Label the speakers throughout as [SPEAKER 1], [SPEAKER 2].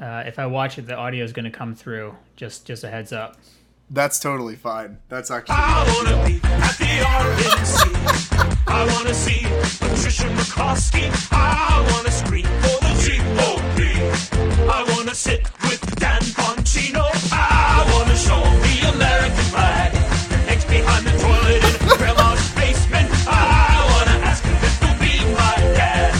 [SPEAKER 1] uh, if I watch it, the audio is going to come through. Just just a heads up.
[SPEAKER 2] That's totally fine. That's actually.
[SPEAKER 3] I wanna be at the RNC. I wanna see Patricia McCoskey. I wanna scream for the GOP. I wanna sit with Dan Bongino. I wanna show the American flag. It's behind the toilet in grandma's basement. I wanna ask if it will be my dad.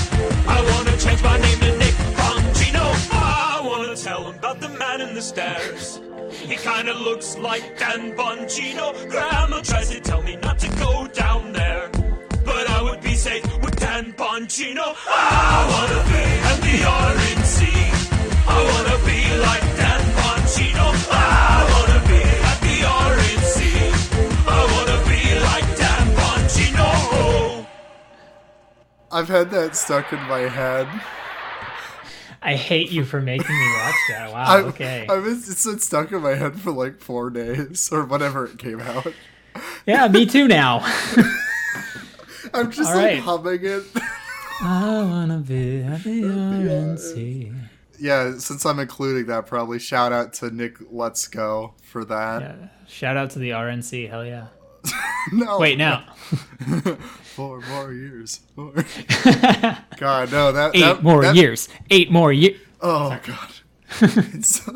[SPEAKER 3] I wanna change my name to Nick Bongino. I wanna tell him about the man in the stairs. He kinda looks like Dan Bongino. Grandma tries to tell me not to go down there. But I would be safe with Dan Bongino. I wanna be at the RNC. I wanna be like Dan Bongino. I wanna be at the RNC. I wanna be like Dan Bongino.
[SPEAKER 2] I've had that stuck in my head.
[SPEAKER 1] I hate you for making me watch that. Wow.
[SPEAKER 2] I,
[SPEAKER 1] okay.
[SPEAKER 2] I was it's been stuck in my head for like four days or whenever it came out.
[SPEAKER 1] yeah, me too now.
[SPEAKER 2] I'm just
[SPEAKER 1] All
[SPEAKER 2] like
[SPEAKER 1] right.
[SPEAKER 2] humming it.
[SPEAKER 1] I wanna be at the RNC.
[SPEAKER 2] yeah, since I'm including that, probably shout out to Nick Let's Go for that.
[SPEAKER 1] Uh, shout out to the RNC. Hell yeah.
[SPEAKER 2] No,
[SPEAKER 1] Wait, no.
[SPEAKER 2] four more years. Four. God, no, that
[SPEAKER 1] Eight
[SPEAKER 2] that,
[SPEAKER 1] more
[SPEAKER 2] that-
[SPEAKER 1] years. Eight more years.
[SPEAKER 2] Oh God. It's-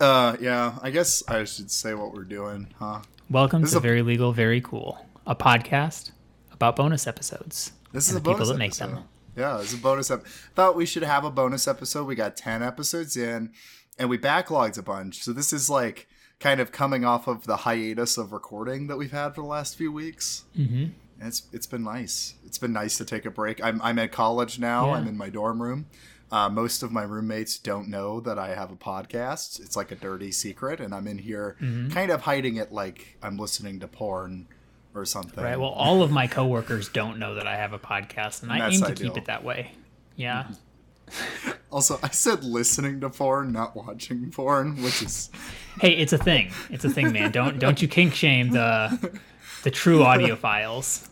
[SPEAKER 2] uh, yeah. I guess I should say what we're doing, huh?
[SPEAKER 1] Welcome
[SPEAKER 2] This
[SPEAKER 1] to
[SPEAKER 2] is a-
[SPEAKER 1] Very Legal, Very Cool, a podcast about bonus episodes.
[SPEAKER 2] This is
[SPEAKER 1] and
[SPEAKER 2] a
[SPEAKER 1] the people
[SPEAKER 2] bonus
[SPEAKER 1] that make
[SPEAKER 2] episode.
[SPEAKER 1] them.
[SPEAKER 2] Yeah, it's a bonus episode. Thought we should have a bonus episode. We got ten episodes in, and we backlogged a bunch. So this is like kind of coming off of the hiatus of recording that we've had for the last few weeks. Mm-hmm. And it's it's been nice. It's been nice to take a break. I'm I'm at college now.
[SPEAKER 1] Yeah.
[SPEAKER 2] I'm in my dorm room. Uh, most of my roommates don't know that I have a podcast. It's like a dirty secret, and I'm in here
[SPEAKER 1] Mm-hmm.
[SPEAKER 2] kind of hiding it, like I'm listening to porn or something.
[SPEAKER 1] Right. Well, all of my coworkers don't know that I have a podcast, and I
[SPEAKER 2] That's
[SPEAKER 1] aim to
[SPEAKER 2] ideal.
[SPEAKER 1] keep it that way. Yeah.
[SPEAKER 2] Also, I said listening to porn, not watching porn, which is
[SPEAKER 1] Hey, it's a thing. It's a thing, man. Don't don't you kink shame the the true audiophiles.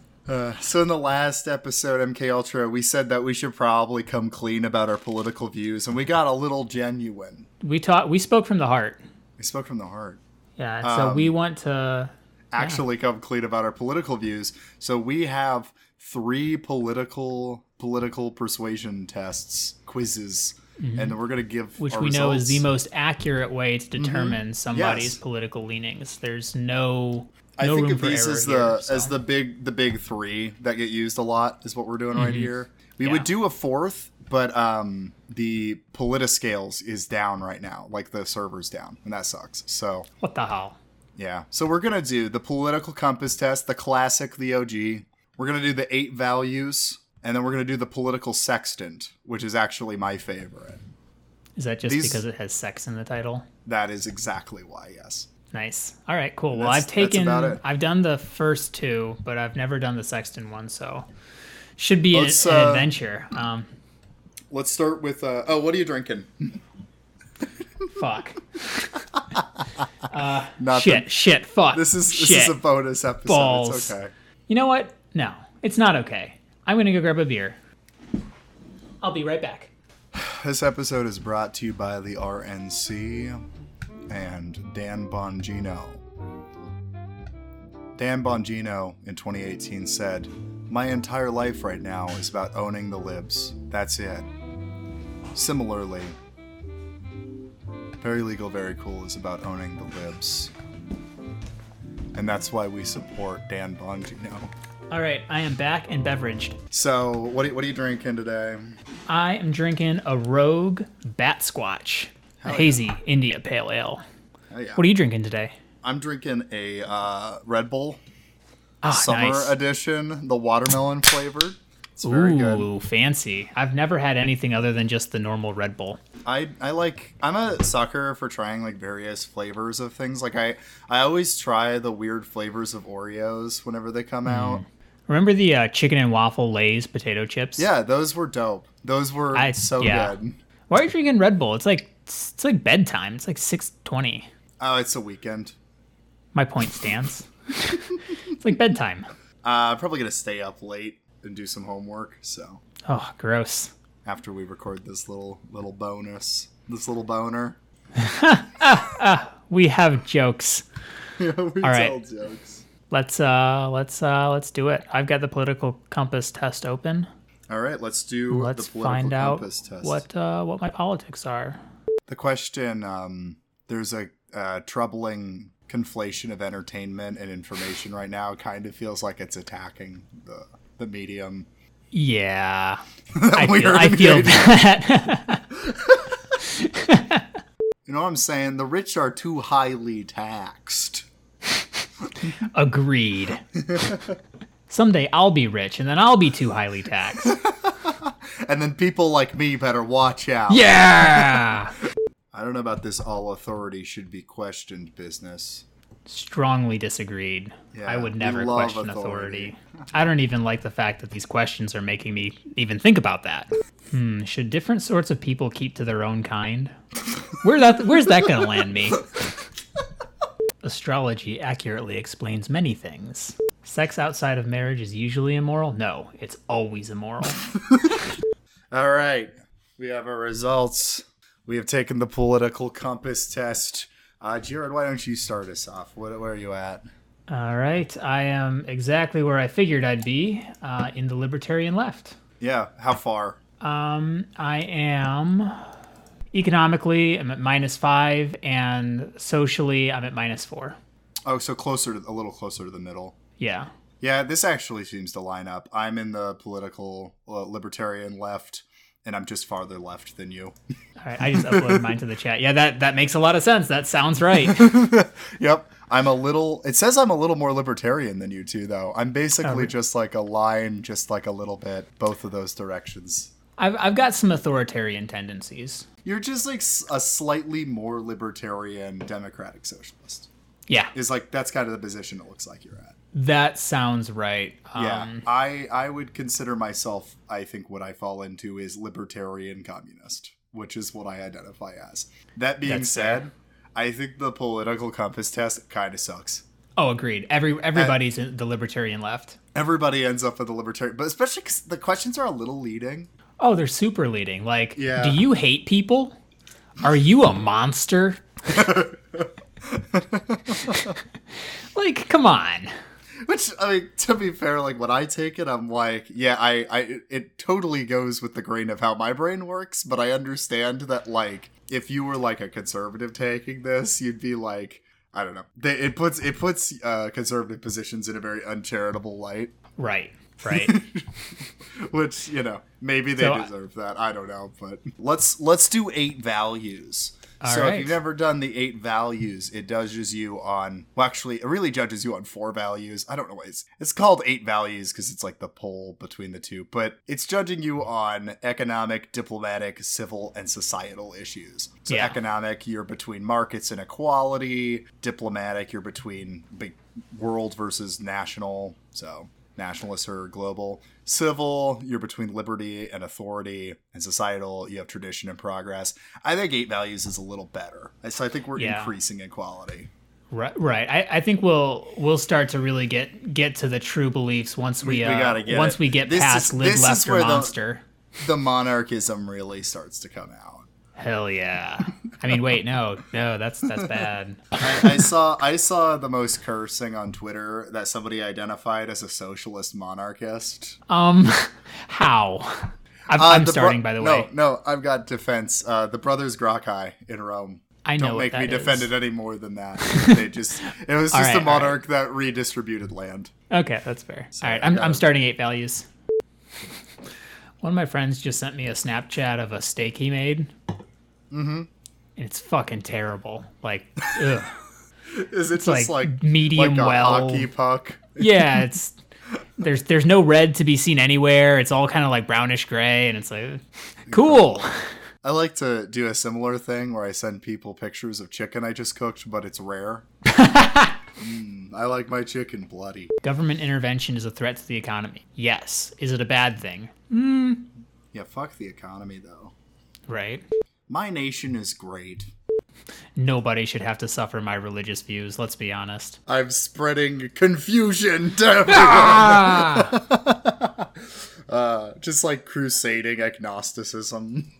[SPEAKER 2] so. In the last episode, MK Ultra, we said that we should probably come clean about our political views, and we got a little genuine.
[SPEAKER 1] We taught. We spoke from the heart.
[SPEAKER 2] We spoke from the heart.
[SPEAKER 1] Yeah. and So
[SPEAKER 2] Um,
[SPEAKER 1] we want to.
[SPEAKER 2] Actually, come clean about our political views. So we have three political political persuasion tests, quizzes, and we're gonna give
[SPEAKER 1] Mm-hmm. which
[SPEAKER 2] our
[SPEAKER 1] we know is the
[SPEAKER 2] results. Mm-hmm.
[SPEAKER 1] most accurate way to determine somebody's political leanings. There's no
[SPEAKER 2] I
[SPEAKER 1] no
[SPEAKER 2] think
[SPEAKER 1] room
[SPEAKER 2] of
[SPEAKER 1] for
[SPEAKER 2] these
[SPEAKER 1] error
[SPEAKER 2] as
[SPEAKER 1] here,
[SPEAKER 2] the
[SPEAKER 1] so.
[SPEAKER 2] as the big the big three that get used a lot is what we're doing right here. We
[SPEAKER 1] Mm-hmm. Yeah.
[SPEAKER 2] would do a fourth, but um the politiscales is down right now. Like the server's down, and that sucks. So
[SPEAKER 1] what the hell.
[SPEAKER 2] yeah. So we're gonna do the political compass test, the classic, the OG. We're gonna do the eight values, and then we're gonna do the political sextant, which is actually my favorite.
[SPEAKER 1] Is that just
[SPEAKER 2] These-
[SPEAKER 1] because it has sex in the title?
[SPEAKER 2] That is exactly why, yes.
[SPEAKER 1] Nice. All right, cool. Well,
[SPEAKER 2] That's-
[SPEAKER 1] I've
[SPEAKER 2] that's
[SPEAKER 1] taken
[SPEAKER 2] about it.
[SPEAKER 1] I've done the first two, but I've never done the Sexton one, so should be an,
[SPEAKER 2] Let's,
[SPEAKER 1] an
[SPEAKER 2] uh,
[SPEAKER 1] adventure. Um
[SPEAKER 2] Let's start with uh oh, what are you drinking?
[SPEAKER 1] fuck.
[SPEAKER 2] Nothing.
[SPEAKER 1] Shit, shit, fuck.
[SPEAKER 2] This is this
[SPEAKER 1] shit.
[SPEAKER 2] is a bonus episode. It's
[SPEAKER 1] Balls.
[SPEAKER 2] okay.
[SPEAKER 1] You know what? No, it's not okay. I'm going to go grab a beer. I'll be right back.
[SPEAKER 2] This episode is brought to you by the RNC and Dan Bongino. Dan Bongino in 2018 said, My entire life right now is about owning the libs. That's it. Similarly, Very Legal, Very Cool is about owning the libs. And that's why we support Dan Bongino.
[SPEAKER 1] All right, I am back and beveraged.
[SPEAKER 2] So, what are, what are you drinking today?
[SPEAKER 1] I am drinking a Rogue Bat Squatch, a
[SPEAKER 2] yeah.
[SPEAKER 1] hazy India Pale Ale.
[SPEAKER 2] Oh, yeah.
[SPEAKER 1] What are you drinking today?
[SPEAKER 2] I'm drinking a uh, Red Bull
[SPEAKER 1] Ah,
[SPEAKER 2] Summer
[SPEAKER 1] nice.
[SPEAKER 2] Edition, the watermelon flavored. It's very good.
[SPEAKER 1] Ooh, fancy. I've never had anything other than just the normal Red Bull.
[SPEAKER 2] I I like. I'm a sucker for trying like various flavors of things. Like I I always try the weird flavors of Oreos whenever they
[SPEAKER 1] Mm.
[SPEAKER 2] come out.
[SPEAKER 1] Remember the uh, chicken and waffle Lay's potato chips?
[SPEAKER 2] Yeah, those were dope. Those were
[SPEAKER 1] I-
[SPEAKER 2] so
[SPEAKER 1] yeah.
[SPEAKER 2] good.
[SPEAKER 1] Why are you drinking Red Bull? It's like it's like bedtime. It's like six twenty.
[SPEAKER 2] Oh, it's a weekend.
[SPEAKER 1] My point stands. it's like bedtime.
[SPEAKER 2] Uh, I'm probably gonna stay up late and do some homework. So
[SPEAKER 1] Oh, gross.
[SPEAKER 2] after we record this little little bonus. This little boner.
[SPEAKER 1] We have jokes.
[SPEAKER 2] yeah, we tell
[SPEAKER 1] right.
[SPEAKER 2] jokes.
[SPEAKER 1] Let's uh let's uh let's do it. I've got the political compass test open.
[SPEAKER 2] All right, let's do
[SPEAKER 1] Let's
[SPEAKER 2] the political
[SPEAKER 1] find out
[SPEAKER 2] compass test.
[SPEAKER 1] what uh what my politics are.
[SPEAKER 2] the question um, there's a uh, troubling conflation of entertainment and information right now kind of feels like it's attacking the the medium
[SPEAKER 1] Yeah.
[SPEAKER 2] that
[SPEAKER 1] I
[SPEAKER 2] we
[SPEAKER 1] feel,
[SPEAKER 2] are
[SPEAKER 1] I feel
[SPEAKER 2] creating.
[SPEAKER 1] that.
[SPEAKER 2] you know what i'm saying the rich are too highly taxed
[SPEAKER 1] Agreed. Someday I'll be rich and then I'll be too highly taxed.
[SPEAKER 2] and then people like me better watch out
[SPEAKER 1] Yeah.
[SPEAKER 2] i don't know about this all authority should be questioned business
[SPEAKER 1] Strongly disagreed.
[SPEAKER 2] Yeah,
[SPEAKER 1] I would
[SPEAKER 2] we
[SPEAKER 1] never
[SPEAKER 2] love
[SPEAKER 1] question authority.
[SPEAKER 2] authority.
[SPEAKER 1] I don't even like the fact that these questions are making me even think about that. Hmm, should different sorts of people keep to their own kind? Where that where's that going to land me? Astrology accurately explains many things. Sex outside of marriage is usually immoral? No, it's always immoral.
[SPEAKER 2] all right we have our results we have taken the political compass test uh, jared why don't you start us off what, where are you at
[SPEAKER 1] All right, I am exactly where I figured I'd be uh, in the libertarian left.
[SPEAKER 2] yeah how far
[SPEAKER 1] Um, I am economically I'm at minus five, and socially I'm at minus four.
[SPEAKER 2] Oh, so closer, to, a little closer to the middle.
[SPEAKER 1] Yeah,
[SPEAKER 2] Yeah, this actually seems to line up. I'm in the political uh, libertarian left, and I'm just farther left than you.
[SPEAKER 1] all right. I just uploaded mine to the chat. Yeah, that that makes a lot of sense. That sounds right.
[SPEAKER 2] Yep, I'm a little. It says I'm a little more libertarian than you two, though. I'm basically just like a line, just like a little bit, both of those directions.
[SPEAKER 1] I've I've got some authoritarian tendencies.
[SPEAKER 2] You're just like s- a slightly more libertarian democratic socialist.
[SPEAKER 1] Yeah,
[SPEAKER 2] Is like that's kind of the position it looks like you're at.
[SPEAKER 1] that sounds right.
[SPEAKER 2] Yeah,
[SPEAKER 1] Um,
[SPEAKER 2] I I would consider myself. I think what I fall into is libertarian communist, which is what I identify as. That being
[SPEAKER 1] That's
[SPEAKER 2] said, I think the political compass test kind of sucks.
[SPEAKER 1] Oh, agreed. Every everybody's in the libertarian left.
[SPEAKER 2] Everybody ends up with a libertarian, but especially because the questions are a little leading.
[SPEAKER 1] Oh, they're super leading. Like,
[SPEAKER 2] Yeah.
[SPEAKER 1] do you hate people? Are you a monster? like, come on.
[SPEAKER 2] Which I mean, to be fair, like when I take it, I'm like, yeah, I, I, it totally goes with the grain of how my brain works. But I understand that, like, if you were like a conservative taking this, you'd be like, I don't know. They, it puts it puts uh, conservative positions in a very uncharitable light,
[SPEAKER 1] Right, right.
[SPEAKER 2] which you know maybe they
[SPEAKER 1] So I-
[SPEAKER 2] deserve that. I don't know, but let's let's do eight values. so if
[SPEAKER 1] right.
[SPEAKER 2] you've never done the eight values, it judges you on. Well, actually, it really judges you on four values. I don't know why it's it's called eight values because it's like the poll between the two, but it's judging you on economic, diplomatic, civil, and societal issues. So
[SPEAKER 1] Yeah.
[SPEAKER 2] economic, you're between markets and equality. Diplomatic, you're between big world versus national. So nationalists or global. Civil, you're between liberty and authority, and societal, you have tradition and progress. I think eight values is a little better. So I think we're
[SPEAKER 1] Yeah.
[SPEAKER 2] increasing in quality.
[SPEAKER 1] right, right. I, I think we'll we'll start to really get get to the true beliefs once we,
[SPEAKER 2] we
[SPEAKER 1] uh,
[SPEAKER 2] gotta get
[SPEAKER 1] once
[SPEAKER 2] it.
[SPEAKER 1] we get
[SPEAKER 2] This
[SPEAKER 1] past
[SPEAKER 2] is- this
[SPEAKER 1] lib
[SPEAKER 2] is
[SPEAKER 1] left or
[SPEAKER 2] where the-
[SPEAKER 1] monster.
[SPEAKER 2] The monarchism really starts to come out.
[SPEAKER 1] Hell yeah. I mean, wait, no, no, that's that's bad.
[SPEAKER 2] I, I saw I saw the most cursing on Twitter that somebody identified as a socialist monarchist.
[SPEAKER 1] Um, how? I'm,
[SPEAKER 2] Uh,
[SPEAKER 1] I'm
[SPEAKER 2] the bro-
[SPEAKER 1] starting, by the way.
[SPEAKER 2] No, no, I've got defense. Uh, the brothers Gracchi in Rome.
[SPEAKER 1] I know
[SPEAKER 2] Don't
[SPEAKER 1] what
[SPEAKER 2] make me
[SPEAKER 1] that
[SPEAKER 2] defend
[SPEAKER 1] is.
[SPEAKER 2] it any more than that. They just it was just
[SPEAKER 1] right,
[SPEAKER 2] a
[SPEAKER 1] all right.
[SPEAKER 2] monarch that redistributed land.
[SPEAKER 1] Okay, that's fair. All right,
[SPEAKER 2] I
[SPEAKER 1] I'm,
[SPEAKER 2] got
[SPEAKER 1] I'm
[SPEAKER 2] it.
[SPEAKER 1] starting eight values. One of my friends just sent me a Snapchat of a steak he made. Mm-hmm. And it's fucking terrible. Like, ugh.
[SPEAKER 2] Is it
[SPEAKER 1] like
[SPEAKER 2] just like, like
[SPEAKER 1] medium
[SPEAKER 2] a
[SPEAKER 1] well.
[SPEAKER 2] hockey puck?
[SPEAKER 1] yeah, it's there's there's no red to be seen anywhere. It's all kind of like brownish gray, and it's like, cool.
[SPEAKER 2] I like to do a similar thing where I send people pictures of chicken I just cooked, but it's rare. Mm, I like my chicken bloody.
[SPEAKER 1] Government intervention is a threat to the economy. Yes. Is it a bad thing?
[SPEAKER 2] Yeah, fuck the economy though.
[SPEAKER 1] Right.
[SPEAKER 2] My nation is great.
[SPEAKER 1] Nobody should have to suffer my religious views. Let's be honest.
[SPEAKER 2] I'm spreading confusion to everyone.
[SPEAKER 1] Ah,
[SPEAKER 2] Just like crusading agnosticism.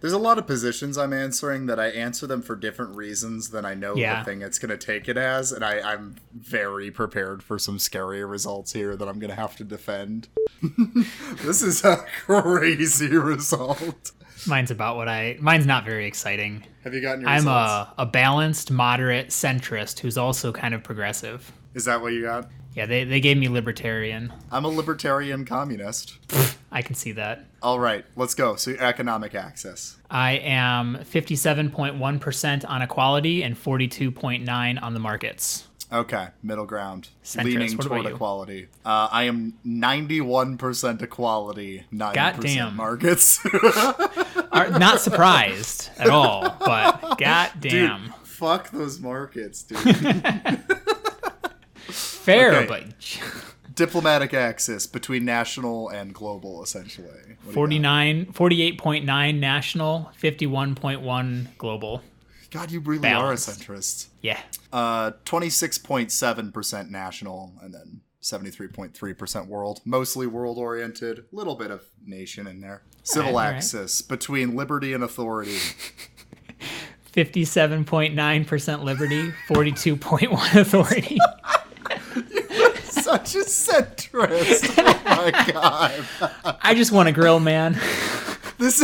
[SPEAKER 2] There's a lot of positions I'm answering that I answer them for different reasons than I know
[SPEAKER 1] Yeah.
[SPEAKER 2] the thing it's going to take it as, and I, I'm very prepared for some scary results here that I'm going to have to defend. this is a crazy result.
[SPEAKER 1] mine's about what I. Mine's not very exciting.
[SPEAKER 2] Have you gotten your
[SPEAKER 1] I'm uh,
[SPEAKER 2] results?
[SPEAKER 1] a, a balanced, moderate centrist who's also kind of progressive.
[SPEAKER 2] Is that what you got?
[SPEAKER 1] Yeah, they, they gave me libertarian.
[SPEAKER 2] I'm a libertarian communist.
[SPEAKER 1] I can see that.
[SPEAKER 2] All right, let's go. So economic access.
[SPEAKER 1] I am 57.1% on equality and 42.9 on the markets.
[SPEAKER 2] Okay, middle ground,
[SPEAKER 1] Centrist.
[SPEAKER 2] leaning
[SPEAKER 1] What about
[SPEAKER 2] toward
[SPEAKER 1] you?
[SPEAKER 2] equality. Uh, I am ninety-one percent equality, nine percent
[SPEAKER 1] Goddamn.
[SPEAKER 2] markets.
[SPEAKER 1] Are not surprised at all, but goddamn.
[SPEAKER 2] Dude, fuck those markets, dude.
[SPEAKER 1] Fair,
[SPEAKER 2] okay.
[SPEAKER 1] but
[SPEAKER 2] Diplomatic access between national and global, essentially. What do you
[SPEAKER 1] 49
[SPEAKER 2] got?
[SPEAKER 1] 48.9 national, 51.1 global.
[SPEAKER 2] God, you really
[SPEAKER 1] Balanced.
[SPEAKER 2] are a centrist.
[SPEAKER 1] Yeah.
[SPEAKER 2] Uh, twenty-six point seven percent national, and then seventy-three point three percent world. Mostly world-oriented, little bit of nation in there. Civil
[SPEAKER 1] alright.
[SPEAKER 2] access between liberty and authority.
[SPEAKER 1] 57.9% liberty, 42.1 authority.
[SPEAKER 2] Such a centrist. Oh my god.
[SPEAKER 1] I just want to grill, man.
[SPEAKER 2] This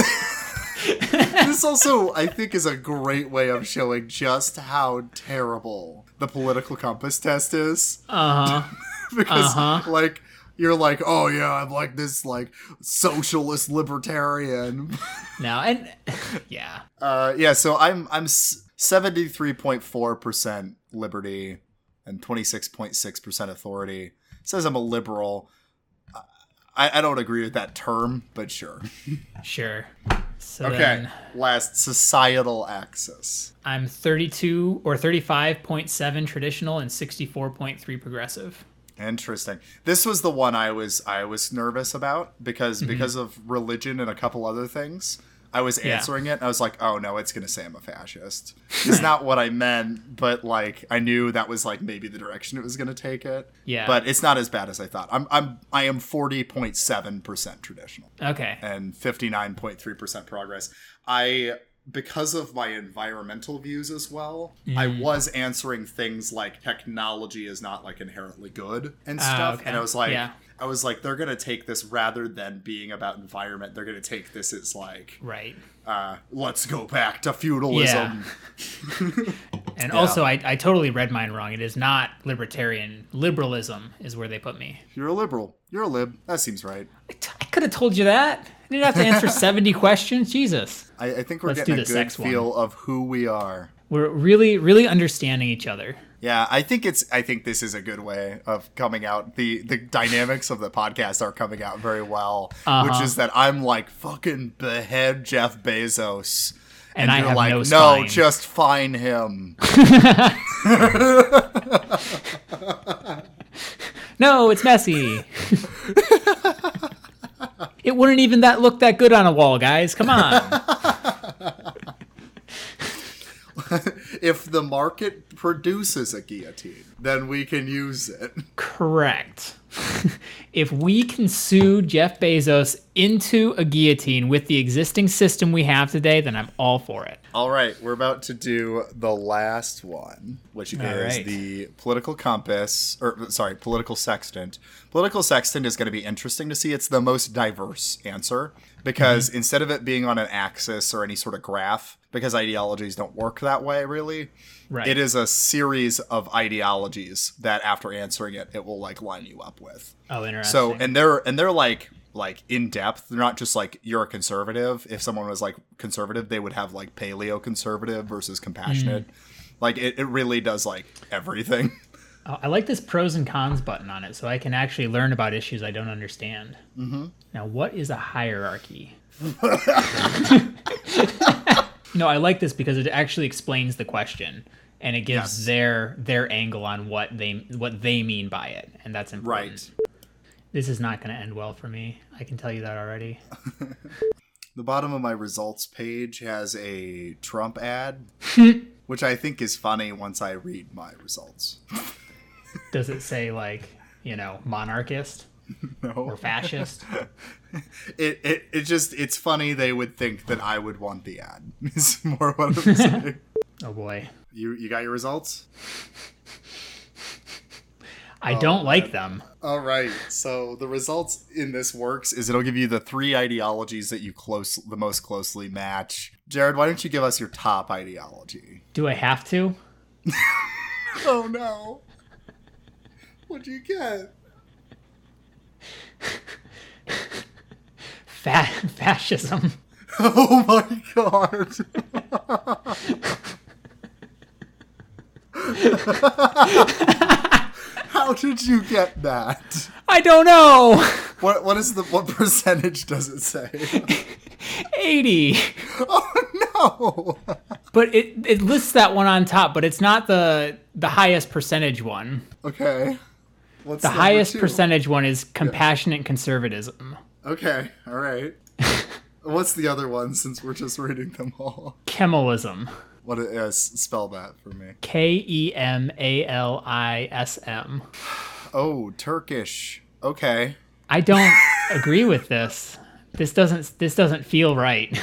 [SPEAKER 2] This also I think is a great way of showing just how terrible the political compass test is.
[SPEAKER 1] Uh huh.
[SPEAKER 2] because like you're like, "Oh yeah, I'm like this like socialist libertarian."
[SPEAKER 1] No, and yeah.
[SPEAKER 2] Uh yeah, so I'm I'm s- 73.4% liberty and 26.6% authority. It says I'm a liberal. I, I don't agree with that term, but sure.
[SPEAKER 1] Sure. So
[SPEAKER 2] Okay.
[SPEAKER 1] Then,
[SPEAKER 2] Last societal axis.
[SPEAKER 1] I'm 32 or 35.7 traditional and 64.3 progressive.
[SPEAKER 2] Interesting. This was the one I was I was nervous about because
[SPEAKER 1] Mm-hmm.
[SPEAKER 2] because of religion and a couple other things. I was
[SPEAKER 1] Yeah.
[SPEAKER 2] answering it. And I was like, "Oh no, it's gonna say I'm a fascist." It's not what I meant, but like I knew that was like maybe the direction it was gonna take it.
[SPEAKER 1] Yeah.
[SPEAKER 2] But it's not as bad as I thought. I'm I'm I am forty point seven percent traditional.
[SPEAKER 1] Okay.
[SPEAKER 2] and 59.3% progress. I because of my environmental views as well, I
[SPEAKER 1] Mm.
[SPEAKER 2] was answering things like technology is not like inherently good and
[SPEAKER 1] Ah,
[SPEAKER 2] stuff.
[SPEAKER 1] okay.
[SPEAKER 2] And I was like
[SPEAKER 1] Yeah.
[SPEAKER 2] I was like they're going to take this rather than being about environment, they're going to take this as like
[SPEAKER 1] Right.
[SPEAKER 2] uh let's go back to feudalism.
[SPEAKER 1] And also, I, I totally read mine wrong. It is not libertarian. Liberalism is where they put me.
[SPEAKER 2] You're a liberal. You're a lib. That seems right.
[SPEAKER 1] I, t- I could have told you that. I didn't have to answer 70 questions. Jesus.
[SPEAKER 2] I, I think we're
[SPEAKER 1] Let's
[SPEAKER 2] getting
[SPEAKER 1] do
[SPEAKER 2] a
[SPEAKER 1] the
[SPEAKER 2] good
[SPEAKER 1] sex one.
[SPEAKER 2] feel of who we are.
[SPEAKER 1] We're really, really understanding each other.
[SPEAKER 2] Yeah, I think it's. I think this is a good way of coming out. the The dynamics of the podcast are coming out very well,
[SPEAKER 1] Uh-huh.
[SPEAKER 2] which is that I'm like fucking behead Jeff Bezos,
[SPEAKER 1] And I
[SPEAKER 2] you're
[SPEAKER 1] have
[SPEAKER 2] like,
[SPEAKER 1] no
[SPEAKER 2] no,
[SPEAKER 1] spine."
[SPEAKER 2] just fine him.
[SPEAKER 1] No, it's messy. it wouldn't even that look that good on a wall, guys. Come on.
[SPEAKER 2] if the market produces a guillotine, then we can use it.
[SPEAKER 1] Correct. if we can sue Jeff Bezos into a guillotine with the existing system we have today, then I'm all for it.
[SPEAKER 2] All right, we're about to do the last one, which is
[SPEAKER 1] right.
[SPEAKER 2] the political compass, or sorry, political sextant. Political sextant is going to be interesting to see. It's the most diverse answer because
[SPEAKER 1] Mm-hmm.
[SPEAKER 2] instead of it being on an axis or any sort of graph, because ideologies don't work that way, really,
[SPEAKER 1] Right.
[SPEAKER 2] it is a series of ideologies that after answering it, it will like line you up with.
[SPEAKER 1] Oh, interesting.
[SPEAKER 2] So and they're and they're like like in depth. They're not just like you're a conservative. If someone was like conservative, they would have like paleo conservative versus compassionate. Like it, it really does like everything.
[SPEAKER 1] Oh, I like this pros and cons button on it, so I can actually learn about issues I don't understand. Mm-hmm. Now, what is a hierarchy? no, I like this because it actually explains the question and it gives
[SPEAKER 2] Yes.
[SPEAKER 1] their their angle on what they what they mean by it, and that's important. This is not going to end well for me. I can tell you that already.
[SPEAKER 2] The bottom of my results page has a Trump ad, which I think is funny once I read my results.
[SPEAKER 1] Does it say like you know monarchist? or
[SPEAKER 2] No.
[SPEAKER 1] fascist.
[SPEAKER 2] It, it it just it's funny they would think that I would want the ad. Is more what I'm saying.
[SPEAKER 1] Oh boy.
[SPEAKER 2] you you got your results?
[SPEAKER 1] I don't like them.
[SPEAKER 2] All right. So the results in this works is it'll give you the three ideologies that you close the most closely match. Jared, why don't you give us your top ideology?
[SPEAKER 1] Do I have to?
[SPEAKER 2] Oh no. What'd you get?
[SPEAKER 1] Fa- fascism.
[SPEAKER 2] Oh my god. How did you get that?
[SPEAKER 1] I don't know.
[SPEAKER 2] What what is the what percentage does it say?
[SPEAKER 1] 80.
[SPEAKER 2] Oh no.
[SPEAKER 1] But it it lists that one on top, but it's not the the highest percentage one.
[SPEAKER 2] Okay. What's
[SPEAKER 1] The highest percentage one is compassionate conservatism.
[SPEAKER 2] Okay, all right. What's the other one since we're just reading them all?
[SPEAKER 1] Kemalism.
[SPEAKER 2] What it is, spell that for me.
[SPEAKER 1] K E M A L I S M.
[SPEAKER 2] Oh, Turkish. Okay.
[SPEAKER 1] I don't agree with this. This doesn't this doesn't feel right.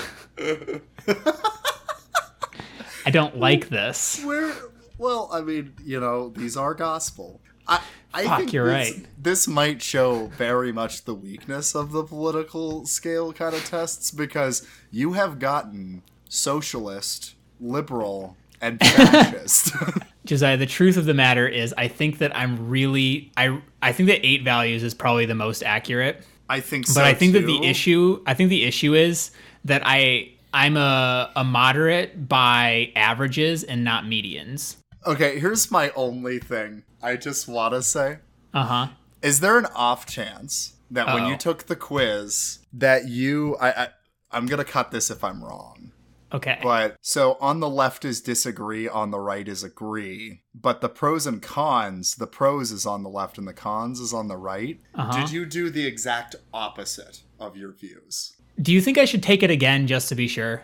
[SPEAKER 1] I don't like this.
[SPEAKER 2] Where well, I mean, you know, these are gospel. I I
[SPEAKER 1] Fuck,
[SPEAKER 2] think
[SPEAKER 1] you're
[SPEAKER 2] this,
[SPEAKER 1] right.
[SPEAKER 2] this might show very much the weakness of the political scale kind of tests because you have gotten socialist, liberal, and fascist.
[SPEAKER 1] Josiah, the truth of the matter is I think that I'm really I I think that 8 values is probably the most accurate.
[SPEAKER 2] I think so.
[SPEAKER 1] But I think that
[SPEAKER 2] too.
[SPEAKER 1] the issue I think the issue is that I I'm a, a moderate by averages and not medians.
[SPEAKER 2] Okay, here's my only thing I just want to say.
[SPEAKER 1] Uh-huh.
[SPEAKER 2] Is there an off chance that when
[SPEAKER 1] Uh-oh.
[SPEAKER 2] you took the quiz that you I, I I'm gonna cut this if I'm wrong.
[SPEAKER 1] Okay.
[SPEAKER 2] But so on the left is disagree, on the right is agree. But the pros and cons, the pros is on the left and the cons is on the right. Did you do the exact opposite of your views?
[SPEAKER 1] Do you think I should take it again just to be sure?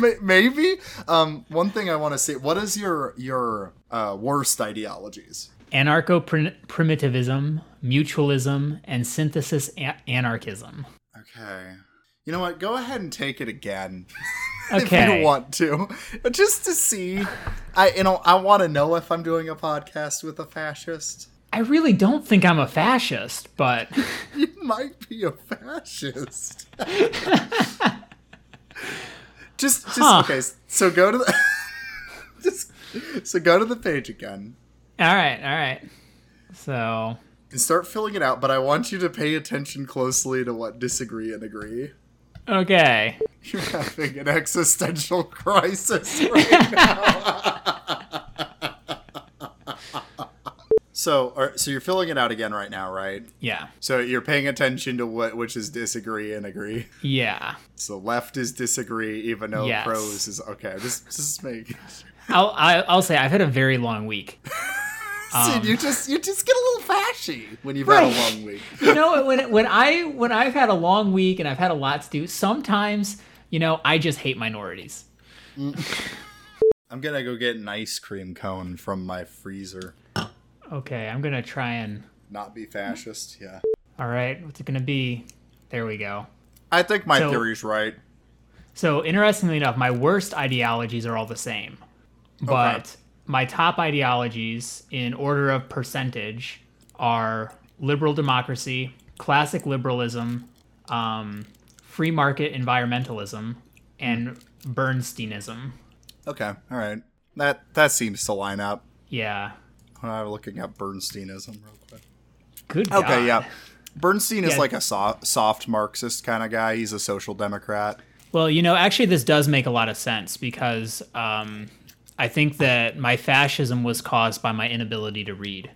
[SPEAKER 2] May- Maybe. Um, one thing I want to say: What is your your uh, worst ideologies?
[SPEAKER 1] anarcho primitivism, mutualism, and synthesis a- anarchism.
[SPEAKER 2] Okay. You know what? Go ahead and take it again. if
[SPEAKER 1] Okay.
[SPEAKER 2] you want to, just to see. I you know I want to know if I'm doing a podcast with a fascist.
[SPEAKER 1] I really don't think I'm a fascist, but
[SPEAKER 2] You might be a fascist. just just
[SPEAKER 1] Huh.
[SPEAKER 2] okay. So go to the just so go to the page again
[SPEAKER 1] all right, all right. So,
[SPEAKER 2] and start filling it out. But I want you to pay attention closely to what disagree and agree.
[SPEAKER 1] okay.
[SPEAKER 2] You're having an existential crisis right now. so, are, so you're filling it out again right now, right?
[SPEAKER 1] Yeah.
[SPEAKER 2] So you're paying attention to what which is disagree and agree.
[SPEAKER 1] Yeah.
[SPEAKER 2] So left is disagree, even though
[SPEAKER 1] Yes.
[SPEAKER 2] pros is okay. Just just make.
[SPEAKER 1] I'll, I- I'll say I've had a very long week.
[SPEAKER 2] Dude, you just you just get a little fashy when you've
[SPEAKER 1] Um, Right.
[SPEAKER 2] had a long week.
[SPEAKER 1] You know, when when I when I've had a long week and I've had a lot to do, sometimes, you know, I just hate minorities.
[SPEAKER 2] I'm gonna go get an ice cream cone from my freezer.
[SPEAKER 1] Okay, I'm going to try and
[SPEAKER 2] Not be fascist. Yeah.
[SPEAKER 1] All right, what's it going to be? There we go.
[SPEAKER 2] I think my
[SPEAKER 1] So-
[SPEAKER 2] theory's right.
[SPEAKER 1] So interestingly enough, my worst ideologies are all the same, but
[SPEAKER 2] Okay.
[SPEAKER 1] my top ideologies in order of percentage are liberal democracy, classic liberalism, um, free market environmentalism, and Bernsteinism.
[SPEAKER 2] Okay, all right. That that seems to line up.
[SPEAKER 1] Yeah,
[SPEAKER 2] I'm looking up Bernsteinism real quick.
[SPEAKER 1] good. God.
[SPEAKER 2] Okay, yeah. Bernstein is
[SPEAKER 1] Yeah.
[SPEAKER 2] like a so- soft Marxist kind of guy. He's a social democrat.
[SPEAKER 1] Well, you know, actually, this does make a lot of sense because um, I think that my fascism was caused by my inability to read.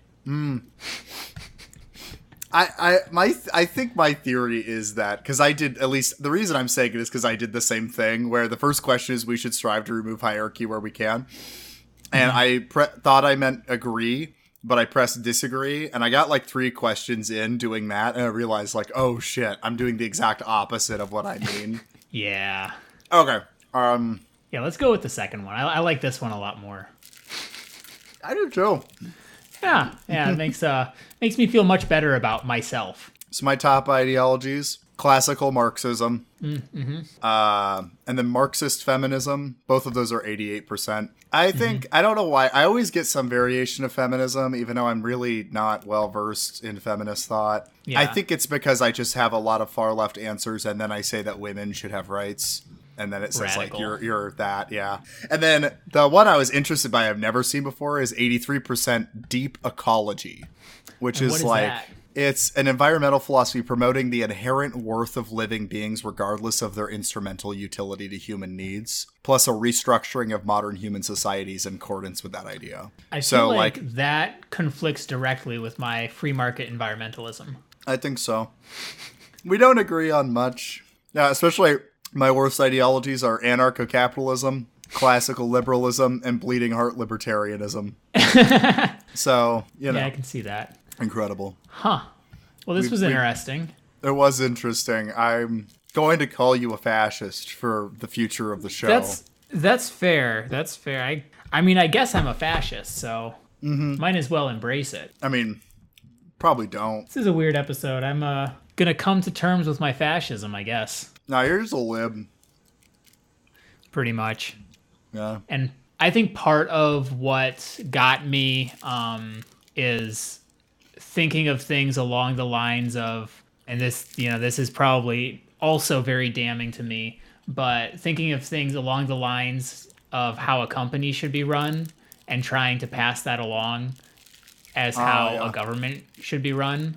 [SPEAKER 2] I, I my th- I think my theory is that because I did at least the reason I'm saying it is because I did the same thing where the first question is we should strive to remove hierarchy where we can, and I pre- thought I meant agree, but I pressed disagree, and I got like three questions in doing that, and I realized like oh shit, I'm doing the exact opposite of what I mean.
[SPEAKER 1] Yeah.
[SPEAKER 2] okay, um,
[SPEAKER 1] Yeah, let's go with the second one. I, I like this one a lot more.
[SPEAKER 2] I do too.
[SPEAKER 1] Yeah, yeah, it makes uh makes me feel much better about myself.
[SPEAKER 2] So my top ideologies: classical Marxism,
[SPEAKER 1] Mm-hmm.
[SPEAKER 2] uh, and then Marxist feminism. Both of those are eighty-eight percent. I
[SPEAKER 1] Mm-hmm.
[SPEAKER 2] think I don't know why I always get some variation of feminism, even though I'm really not well versed in feminist thought. I
[SPEAKER 1] Yeah.
[SPEAKER 2] think it's because I just have a lot of far left answers, and then I say that women should have rights. And then it says
[SPEAKER 1] Radical.
[SPEAKER 2] like you're you're that yeah. And then the one I was interested by I've never seen before is 83% deep ecology, which
[SPEAKER 1] And
[SPEAKER 2] is
[SPEAKER 1] what is
[SPEAKER 2] like
[SPEAKER 1] that?
[SPEAKER 2] it's an environmental philosophy promoting the inherent worth of living beings regardless of their instrumental utility to human needs, plus a restructuring of modern human societies in accordance with that idea.
[SPEAKER 1] I feel
[SPEAKER 2] so
[SPEAKER 1] like, that conflicts directly with my free market environmentalism.
[SPEAKER 2] I think so. We don't agree on much. Yeah, especially my worst ideologies are anarcho capitalism, classical liberalism, and bleeding heart libertarianism. so, you know,
[SPEAKER 1] Yeah, I can see that.
[SPEAKER 2] incredible.
[SPEAKER 1] Huh. Well, this was interesting.
[SPEAKER 2] It was interesting. I'm going to call you a fascist for the future of the show.
[SPEAKER 1] That's that's fair. That's fair. I I mean, I guess I'm a fascist, so might as well embrace it.
[SPEAKER 2] I mean, probably don't.
[SPEAKER 1] This is a weird episode. I'm uh gonna come to terms with my fascism, I guess.
[SPEAKER 2] No, you're just a lib.
[SPEAKER 1] Pretty much.
[SPEAKER 2] Yeah.
[SPEAKER 1] and I think part of what got me um, is thinking of things along the lines of, and this, you know, this is probably also very damning to me, but thinking of things along the lines of how a company should be run and trying to pass that along as how
[SPEAKER 2] yeah.
[SPEAKER 1] a government should be run.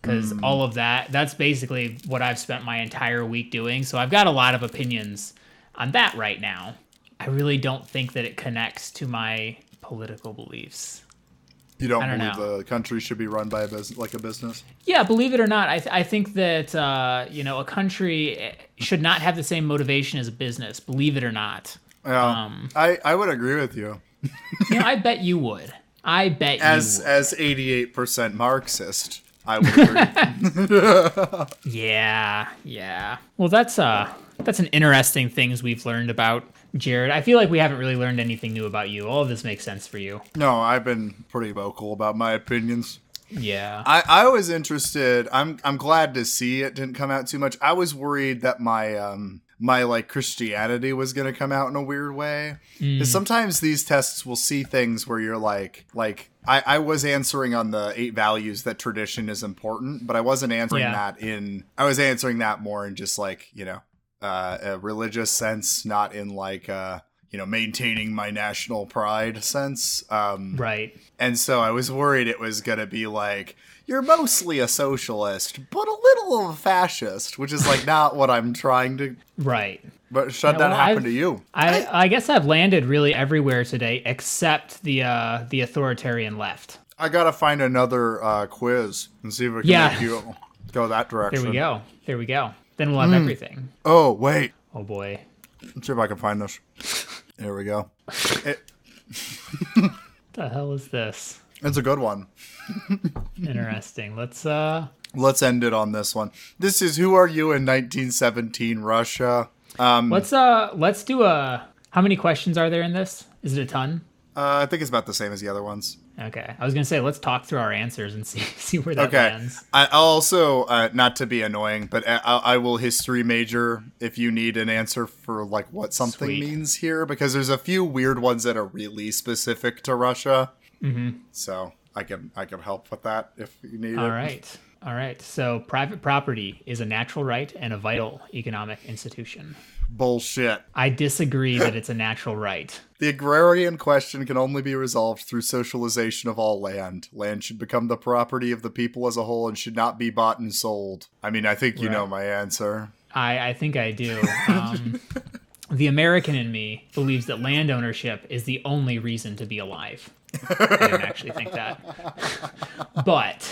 [SPEAKER 1] Because all of that, that's basically what I've spent my entire week doing. So I've got a lot of opinions on that right now. I really don't think that it connects to my political beliefs.
[SPEAKER 2] You don't,
[SPEAKER 1] I don't
[SPEAKER 2] believe
[SPEAKER 1] know.
[SPEAKER 2] the country should be run by a business like a business?
[SPEAKER 1] Yeah, believe it or not, I, th- I think that uh, you know a country eh, should not have the same motivation as a business. Believe it or not,
[SPEAKER 2] Yeah.
[SPEAKER 1] Um,
[SPEAKER 2] I, I would agree with you.
[SPEAKER 1] you know, I bet you would. I bet
[SPEAKER 2] As
[SPEAKER 1] you.
[SPEAKER 2] as eighty eight percent Marxist, I would agree.
[SPEAKER 1] Would. Yeah, yeah. Well, that's uh, that's an interesting things we've learned about Jared. I feel like we haven't really learned anything new about you. All of this makes sense for you.
[SPEAKER 2] no, I've been pretty vocal about my opinions.
[SPEAKER 1] Yeah.
[SPEAKER 2] I, I was interested. I'm I'm glad to see it didn't come out too much. I was worried that my um my like Christianity was gonna come out in a weird way. 'Cause sometimes these tests will see things where you're like like I, I was answering on the eight values that tradition is important, but I wasn't answering
[SPEAKER 1] Yeah.
[SPEAKER 2] that in I was answering that more in just like, you know, uh, a religious sense, not in like uh you know, maintaining my national pride sense. Um,
[SPEAKER 1] right.
[SPEAKER 2] and so I was worried it was going to be like, you're mostly a socialist, but a little of a fascist, which is like not what I'm trying to.
[SPEAKER 1] Right.
[SPEAKER 2] But
[SPEAKER 1] Yeah,
[SPEAKER 2] should that
[SPEAKER 1] well,
[SPEAKER 2] happen
[SPEAKER 1] I've-
[SPEAKER 2] to you?
[SPEAKER 1] I, I guess I've landed really everywhere today except the uh, the authoritarian left.
[SPEAKER 2] I got to find another uh, quiz and see if we can
[SPEAKER 1] Yeah.
[SPEAKER 2] make you go that direction.
[SPEAKER 1] There we go. There we go. Then we'll have everything.
[SPEAKER 2] Oh, wait.
[SPEAKER 1] Oh boy.
[SPEAKER 2] Let's see if I can find this. Here we go. It,
[SPEAKER 1] the hell is this?
[SPEAKER 2] it's a good one.
[SPEAKER 1] Interesting. Let's uh
[SPEAKER 2] Let's end it on this one. This is Who Are You in 1917 Russia?
[SPEAKER 1] let's uh let's do a how many questions are there in this? Is it a ton?
[SPEAKER 2] Uh, I think it's about the same as the other ones.
[SPEAKER 1] Okay. I was gonna say let's talk through our answers and see see where that
[SPEAKER 2] Okay.
[SPEAKER 1] lands.
[SPEAKER 2] I I'll also, uh, not to be annoying, but I, I I will history major if you need an answer for like what something
[SPEAKER 1] Sweet.
[SPEAKER 2] means here, because there's a few weird ones that are really specific to Russia. Mm-hmm. So I can I can help with that if you need it.
[SPEAKER 1] All right. All right. So private property is a natural right and a vital economic institution.
[SPEAKER 2] Bullshit.
[SPEAKER 1] I disagree that it's a natural right.
[SPEAKER 2] The agrarian question can only be resolved through socialization of all land. Land should become the property of the people as a whole and should not be bought and sold. I mean, I think you know my answer.
[SPEAKER 1] I, I think I do. Um, the American in me believes that land ownership is the only reason to be alive. I didn't actually think that. But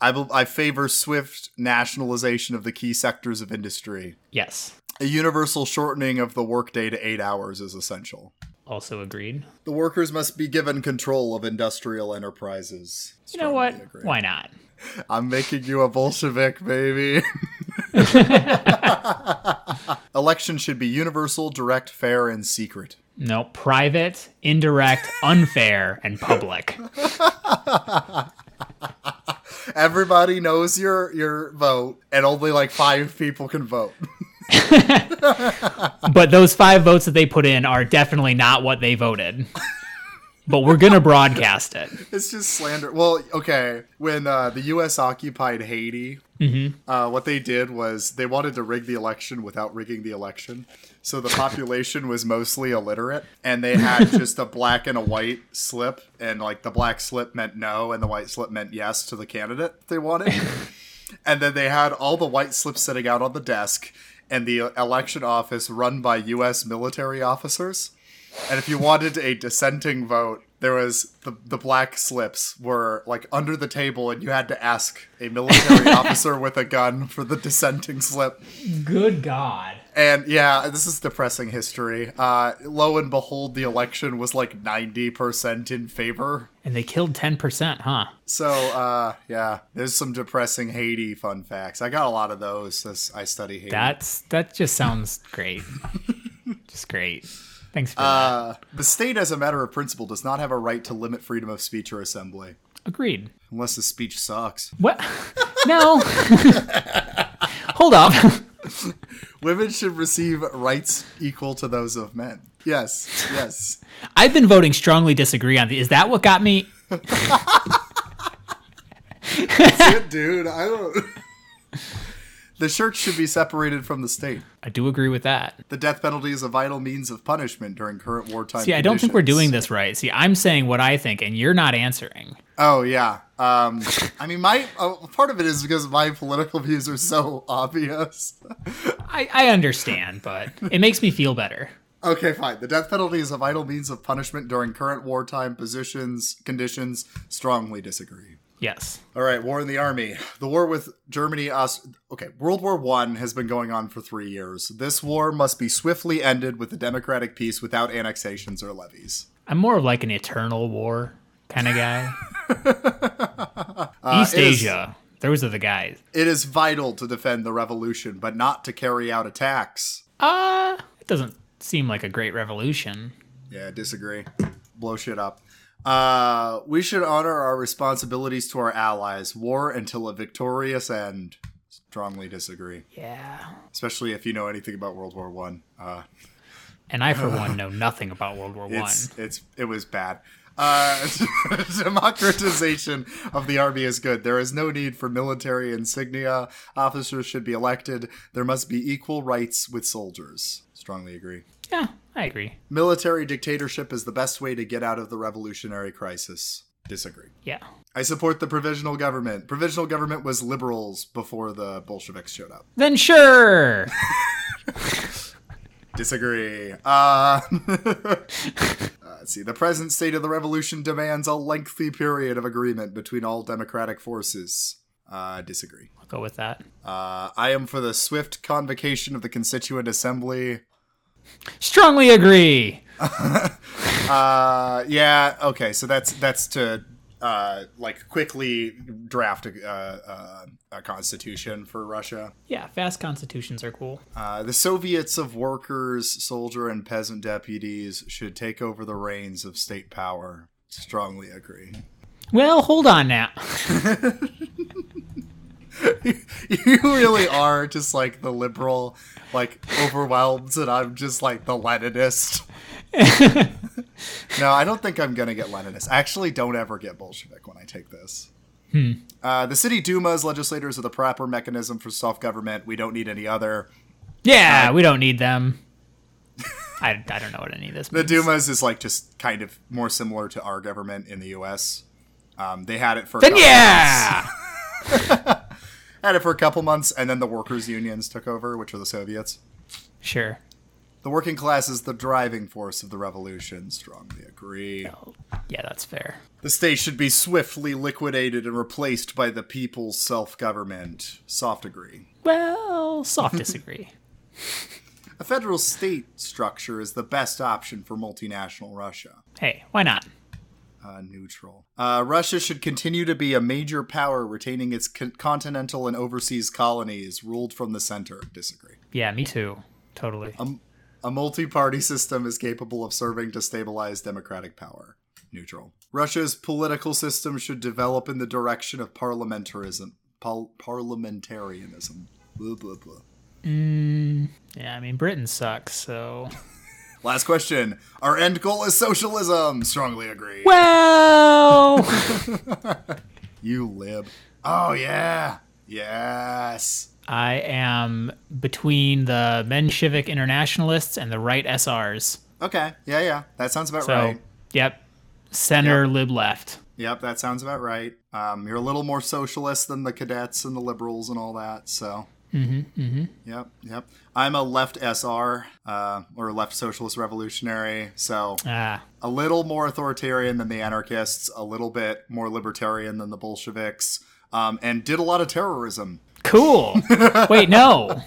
[SPEAKER 2] I, bel I favor swift nationalization of the key sectors of industry.
[SPEAKER 1] yes,
[SPEAKER 2] A universal shortening of the workday to eight hours is essential.
[SPEAKER 1] also agreed.
[SPEAKER 2] The workers must be given control of industrial enterprises.
[SPEAKER 1] You know what?
[SPEAKER 2] Strongly agree.
[SPEAKER 1] Why not?
[SPEAKER 2] I'm making you a Bolshevik, baby. Election should be universal, direct, fair, and secret.
[SPEAKER 1] No, private, indirect, unfair, and public.
[SPEAKER 2] Everybody knows your your vote, and only like five people can vote.
[SPEAKER 1] But those five votes that they put in are definitely not what they voted. But we're going to broadcast it.
[SPEAKER 2] It's just slander. Well, okay. When uh, the U.S. occupied Haiti, uh, what they did was they wanted to rig the election without rigging the election. So the population was mostly illiterate, and they had just a black and a white slip, and like the black slip meant no, and the white slip meant yes to the candidate they wanted. and then they had all the white slips sitting out on the desk, and the election office run by U.S. military officers. And if you wanted a dissenting vote, there was the the black slips were like under the table, and you had to ask a military officer with a gun for the dissenting slip.
[SPEAKER 1] Good God.
[SPEAKER 2] And yeah, this is depressing history. Uh, lo and behold, the election was like ninety percent in favor.
[SPEAKER 1] And they killed 10%, huh?
[SPEAKER 2] So uh, yeah, there's some depressing Haiti fun facts. I got a lot of those as I study Haiti.
[SPEAKER 1] That's That just sounds great. just great. Thanks for that.
[SPEAKER 2] Uh, the state, as a matter of principle, does not have a right to limit freedom of speech or assembly.
[SPEAKER 1] Agreed.
[SPEAKER 2] Unless the speech sucks.
[SPEAKER 1] What? No. Hold up.
[SPEAKER 2] Women should receive rights equal to those of men. Yes, yes.
[SPEAKER 1] I've been voting strongly disagree on the. Is that what got me?
[SPEAKER 2] Shit, dude, I don't. the church should be separated from the state.
[SPEAKER 1] I do agree with that.
[SPEAKER 2] The death penalty is a vital means of punishment during current wartime.
[SPEAKER 1] See, I don't think we're
[SPEAKER 2] conditions.
[SPEAKER 1] doing this right. See, I'm saying what I think, and you're not answering.
[SPEAKER 2] Oh yeah. Um, I mean, my uh, part of it is because my political views are so obvious.
[SPEAKER 1] I, I understand, but it makes me feel better.
[SPEAKER 2] Okay, fine. The death penalty is a vital means of punishment during current wartime positions conditions. Strongly disagree.
[SPEAKER 1] Yes.
[SPEAKER 2] All right, war in the army. The war with Germany. Aus- okay, World War One has been going on for three years. This war must be swiftly ended with a democratic peace without annexations or levies.
[SPEAKER 1] I'm more of like an eternal war kind of guy. East
[SPEAKER 2] Uh, it is-
[SPEAKER 1] Asia. Those are the guys.
[SPEAKER 2] It is vital to defend the revolution, but not to carry out attacks.
[SPEAKER 1] Uh, it doesn't seem like a great revolution.
[SPEAKER 2] Yeah, I disagree. Blow shit up. Uh, we should honor our responsibilities to our allies. War until a victorious end. Strongly disagree,
[SPEAKER 1] Yeah.
[SPEAKER 2] especially if you know anything about World War One. Uh,
[SPEAKER 1] And I, for one, know nothing about World War One.
[SPEAKER 2] It's, it's it was bad. Uh, democratization of the army is good. There is no need for military insignia. Officers should be elected. There must be equal rights with soldiers. Strongly agree.
[SPEAKER 1] Yeah, I agree.
[SPEAKER 2] Military dictatorship is the best way to get out of the revolutionary crisis. Disagree.
[SPEAKER 1] Yeah.
[SPEAKER 2] I support the provisional government. Provisional government was liberals before the Bolsheviks showed up.
[SPEAKER 1] Then sure.
[SPEAKER 2] Disagree. Uh, uh, let's see. The present state of the revolution demands a lengthy period of agreement between all democratic forces. Uh, disagree.
[SPEAKER 1] I'll go with that.
[SPEAKER 2] Uh, I am for the swift convocation of the Constituent Assembly.
[SPEAKER 1] Strongly agree.
[SPEAKER 2] Uh, yeah. Okay. So that's that's to uh, like quickly draft a, uh, a constitution for Russia.
[SPEAKER 1] Yeah, fast constitutions are cool.
[SPEAKER 2] Uh, the Soviets of workers, soldier, and peasant deputies should take over the reins of state power. Strongly agree.
[SPEAKER 1] Well, hold on now.
[SPEAKER 2] you really are just like the liberal, like overwhelmed, and I'm just like the Leninist. no, I don't think I'm gonna get Leninist. I actually don't ever get Bolshevik when I take this. Uh, the city Duma's legislators are the proper mechanism for self-government. We don't need any other.
[SPEAKER 1] Yeah,
[SPEAKER 2] Uh,
[SPEAKER 1] we don't need them. I, I don't know what any of this
[SPEAKER 2] The
[SPEAKER 1] means.
[SPEAKER 2] Duma's is like just kind of more similar to our government in the U.S. Um, they had it for a
[SPEAKER 1] Then
[SPEAKER 2] couple months-
[SPEAKER 1] yeah.
[SPEAKER 2] had it for a couple months, and then the workers' unions took over, which are the Soviets.
[SPEAKER 1] Sure.
[SPEAKER 2] The working class is the driving force of the revolution. Strongly agree.
[SPEAKER 1] Yeah, that's fair.
[SPEAKER 2] The state should be swiftly liquidated and replaced by the people's self government. Soft agree.
[SPEAKER 1] Well, soft disagree.
[SPEAKER 2] A federal state structure is the best option for multinational Russia.
[SPEAKER 1] hey, why not?
[SPEAKER 2] Uh, neutral. Uh, Russia should continue to be a major power, retaining its con- continental and overseas colonies ruled from the center. Disagree. Um.
[SPEAKER 1] Yeah, me too. Totally.
[SPEAKER 2] A multi party system is capable of serving to stabilize democratic power. Neutral. Russia's political system should develop in the direction of parliamentarism. Pal- parliamentarianism. Blah, blah, blah.
[SPEAKER 1] Mm, Yeah, I mean Britain sucks, so
[SPEAKER 2] Last question. Our end goal is socialism. Strongly agree.
[SPEAKER 1] Well
[SPEAKER 2] You lib. Oh, yeah. Yes.
[SPEAKER 1] I am between the Menshevik internationalists and the right SRs.
[SPEAKER 2] Okay. Yeah, yeah. That sounds about
[SPEAKER 1] So
[SPEAKER 2] right.
[SPEAKER 1] yep. Center lib left.
[SPEAKER 2] Yep, that sounds about right. Um, you're a little more socialist than the cadets and the liberals and all that. So. Mm-hmm, mm-hmm. Yep, yep. I'm a left SR uh, or left socialist revolutionary. So
[SPEAKER 1] Ah.
[SPEAKER 2] a little more authoritarian than the anarchists, a little bit more libertarian than the Bolsheviks, um, and did a lot of terrorism.
[SPEAKER 1] Cool. Wait, no.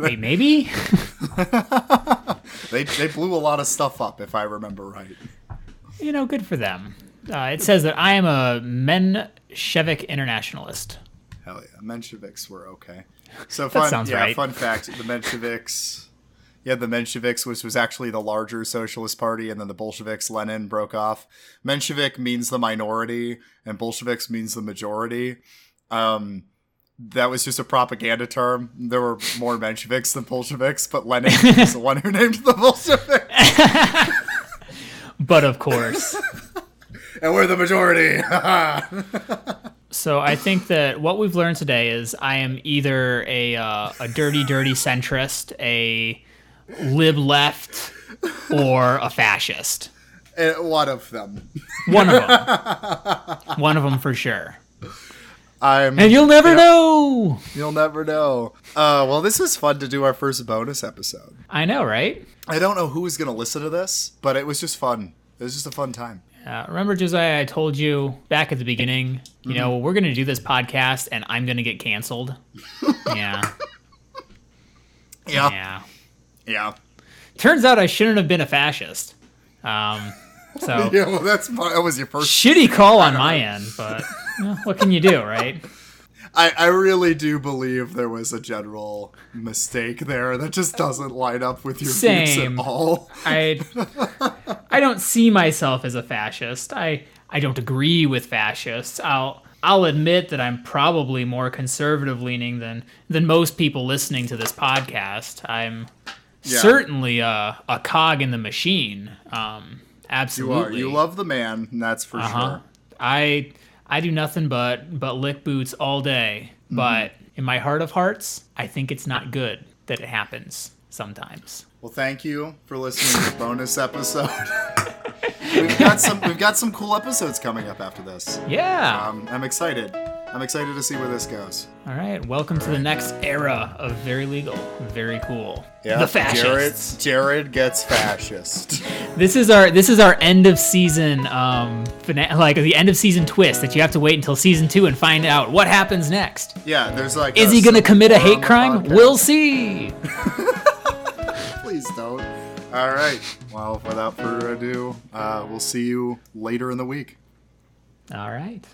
[SPEAKER 1] Wait, maybe?
[SPEAKER 2] They they blew a lot of stuff up, if I remember right.
[SPEAKER 1] You know, good for them. Uh, it says that I am a Menshevik internationalist.
[SPEAKER 2] Hell yeah, Mensheviks were okay. So
[SPEAKER 1] That
[SPEAKER 2] fun,
[SPEAKER 1] sounds
[SPEAKER 2] yeah.
[SPEAKER 1] right.
[SPEAKER 2] Fun fact: the Mensheviks, yeah, the Mensheviks, which was actually the larger socialist party, and then the Bolsheviks. Lenin broke off. Menshevik means the minority, and Bolsheviks means the majority. Um, that was just a propaganda term. There were more Mensheviks than Bolsheviks, but Lenin was the one who named the Bolsheviks,
[SPEAKER 1] But of course.
[SPEAKER 2] and we're the majority.
[SPEAKER 1] So I think that what we've learned today is I am either a uh, a dirty, dirty centrist, a lib left, or a fascist.
[SPEAKER 2] And one of them.
[SPEAKER 1] One of them. One of them for sure.
[SPEAKER 2] I'm.
[SPEAKER 1] And you'll never know.
[SPEAKER 2] You'll never know. Uh, well, this was fun to do our first bonus episode.
[SPEAKER 1] I know, right?
[SPEAKER 2] I don't know who's gonna listen to this, but it was just fun. It was just a fun time.
[SPEAKER 1] Uh, remember, Josiah, I told you back at the beginning, you know, we're going to do this podcast and I'm going to get canceled. yeah.
[SPEAKER 2] Yeah, yeah.
[SPEAKER 1] Yeah. Turns out I shouldn't have been a fascist. Um, so
[SPEAKER 2] Yeah, well, that's my, that was your first.
[SPEAKER 1] shitty call on my end, but well, what can you do, right?
[SPEAKER 2] I, I really do believe there was a general mistake there that just doesn't line up with your views
[SPEAKER 1] Same.
[SPEAKER 2] at all.
[SPEAKER 1] I I don't see myself as a fascist. I I don't agree with fascists. I'll I'll admit that I'm probably more conservative leaning than than most people listening to this podcast. I'm
[SPEAKER 2] Yeah.
[SPEAKER 1] certainly a, a cog in the machine. Um,
[SPEAKER 2] You are.
[SPEAKER 1] absolutely.
[SPEAKER 2] You love the man, and that's for
[SPEAKER 1] Uh-huh.
[SPEAKER 2] sure.
[SPEAKER 1] I I do nothing but but lick boots all day.
[SPEAKER 2] Mm-hmm.
[SPEAKER 1] But in my heart of hearts, I think it's not good that it happens sometimes.
[SPEAKER 2] Well, thank you for listening to the bonus episode. we've got some. We've got some cool episodes coming up after this.
[SPEAKER 1] Yeah.
[SPEAKER 2] Um, I'm excited. I'm excited to see where this goes.
[SPEAKER 1] all right. Welcome to the next era of very legal, very cool.
[SPEAKER 2] Yeah,
[SPEAKER 1] the fascists.
[SPEAKER 2] Jared, Jared gets fascist.
[SPEAKER 1] This is our this is our end of season um fina- like the end of season twist that you have to wait until season 2 and find out what happens next.
[SPEAKER 2] Yeah, there's like.
[SPEAKER 1] Is
[SPEAKER 2] a
[SPEAKER 1] he going to commit a
[SPEAKER 2] subplot on
[SPEAKER 1] hate
[SPEAKER 2] the
[SPEAKER 1] crime?
[SPEAKER 2] podcast.
[SPEAKER 1] We'll see.
[SPEAKER 2] Please don't. All right. Well, without further ado, uh, we'll see you later in the week.
[SPEAKER 1] All right.